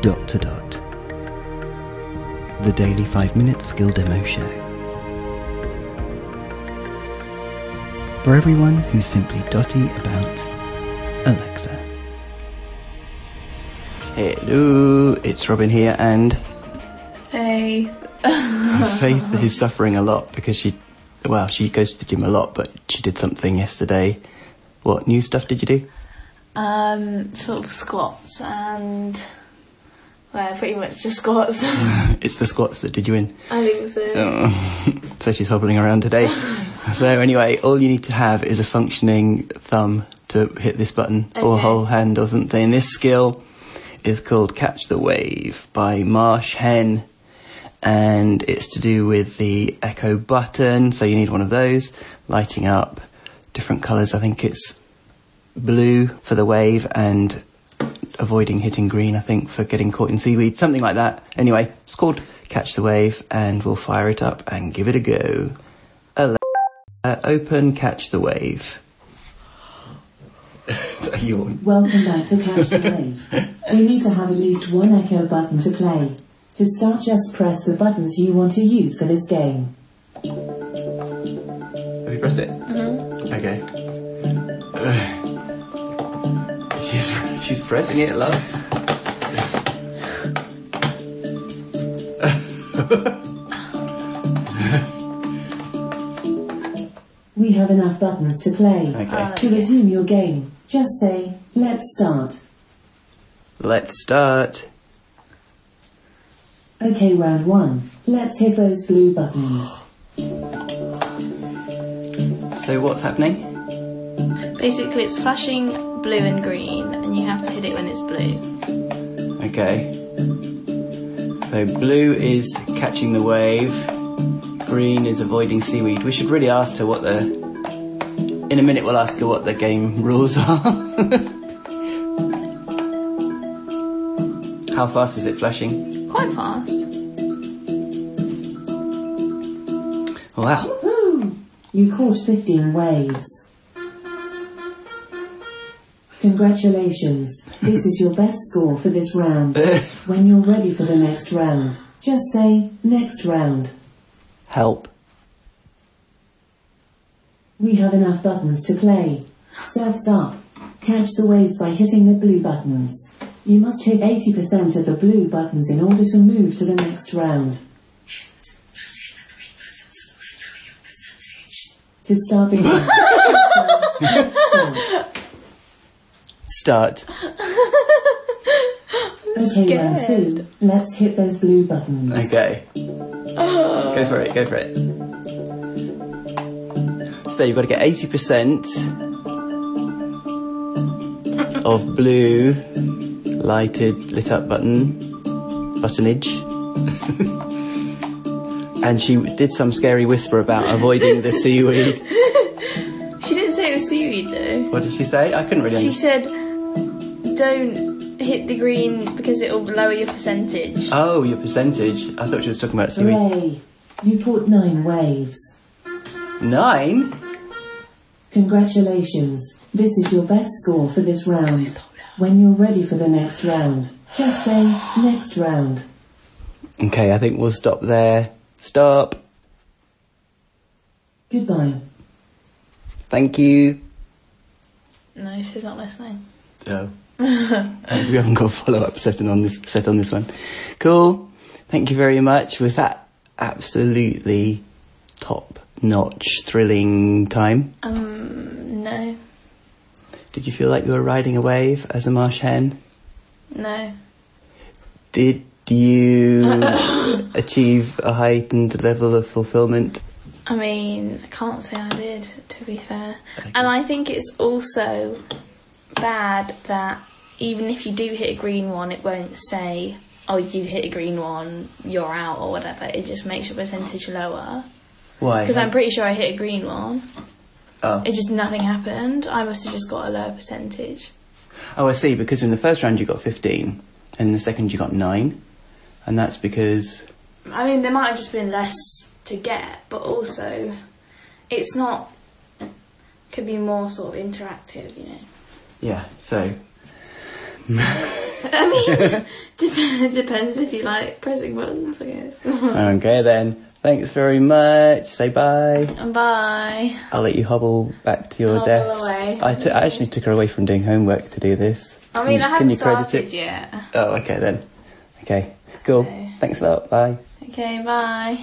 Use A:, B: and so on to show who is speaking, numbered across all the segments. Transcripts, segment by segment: A: dot to dot. The Daily 5 Minute Skill Demo Show. For everyone who's simply dotty about Alexa. Hello, it's Robin here, and
B: Hey.
A: Faith is suffering a lot because she, well, she goes to the gym a lot, but she did something yesterday. What new stuff did you do?
B: Um, sort of squats and well, pretty much just squats.
A: It's the squats that did you in.
B: I think so.
A: so she's hobbling around today. so anyway, all you need to have is a functioning thumb to hit this button or
B: Okay.
A: whole hand or something. This skill is called Catch the Wave by Marsh Hen and it's to do with the echo button. So you need one of those lighting up different colors. I think it's blue for the wave and avoiding hitting green, I think, for getting caught in seaweed, something like that. Anyway, it's called Catch the Wave, and we'll fire it up and give it a go. Alexa, Uh, open Catch the Wave. So you-
C: Welcome back to Catch the Wave. We need to have at least one echo button to play. To start, just press the buttons you want to use for this game.
A: Have you pressed it? Okay. Uh, she's, she's pressing it, love.
C: We have enough buttons to play.
A: Okay.
C: To resume your game, just say, let's start.
A: Let's start.
C: Okay, round one. Let's hit those blue buttons.
A: So what's happening?
B: Basically, it's flashing blue and green, and you have to hit it when it's blue.
A: Okay. So blue is catching the wave. Green is avoiding seaweed. We should really ask her what the. In a minute, we'll ask her what the game rules are. How fast is it flashing?
B: Quite fast.
A: Wow.
C: Woo! You caught 15 waves. Congratulations. This is your best score for this round. When you're ready for the next round, just say, next round.
A: Help.
C: We have enough buttons to play. Surf's up. Catch the waves by hitting the blue buttons. You must hit 80% of the blue buttons in order to move to the next round. To start the game.
A: Start.
C: okay, round
B: Scared.
C: two. Let's hit those blue buttons.
A: Okay. Go for it, go for it. So you've got to get 80% of blue lighted lit up button buttonage. and she did some scary whisper about avoiding the seaweed.
B: She didn't say it was seaweed though.
A: What did she say? I couldn't really
B: She
A: understand.
B: said, "Don't hit the green because it will lower your percentage."
A: Oh, your percentage. I thought she was talking about seaweed.
C: Hooray! You caught nine waves.
A: Nine?
C: Congratulations. This is your best score for this round. When you're ready for the next round, just say, next round.
A: Okay, I think we'll stop there. Stop.
C: Goodbye.
A: Thank you.
B: No, she's not listening.
A: No. we haven't got a follow up set on this set on this one. Cool. Thank you very much. Was that absolutely top notch thrilling time?
B: Um, no,
A: Did you feel like you were riding a wave as a marsh hen?
B: no.
A: Did you achieve a heightened level of fulfillment?
B: I mean, I can't say I did, to be fair. And I think it's also bad that even if you do hit a green one, it won't say, oh, you hit a green one, you're out, or whatever. It just makes your percentage lower.
A: Why?
B: Because I'm pretty sure I hit a green one.
A: Oh.
B: It just nothing happened. I must have just got a lower percentage.
A: Oh, I see. Because in the first round you got fifteen, and in the second you got nine, and that's because
B: I mean, there might have just been less to get, but also it's not. Could be more sort of interactive, you know.
A: Yeah, so
B: I mean, dep- depends if you like pressing buttons, I guess.
A: Okay then. Thanks very much. Say bye.
B: and bye.
A: I'll let you hobble back to your
B: Hobble
A: desk.
B: away.
A: I, t- I actually took her away from doing homework to do this.
B: I mean, I
A: can
B: haven't
A: you credit
B: started
A: it?
B: yet.
A: Oh, okay then. Okay, cool.
B: So-
A: Thanks a lot. Bye.
B: Okay, bye.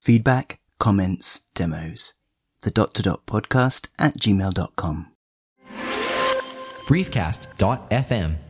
A: Feedback, comments, demos. The dot to dot podcast at gmail.com.
D: briefcast.fm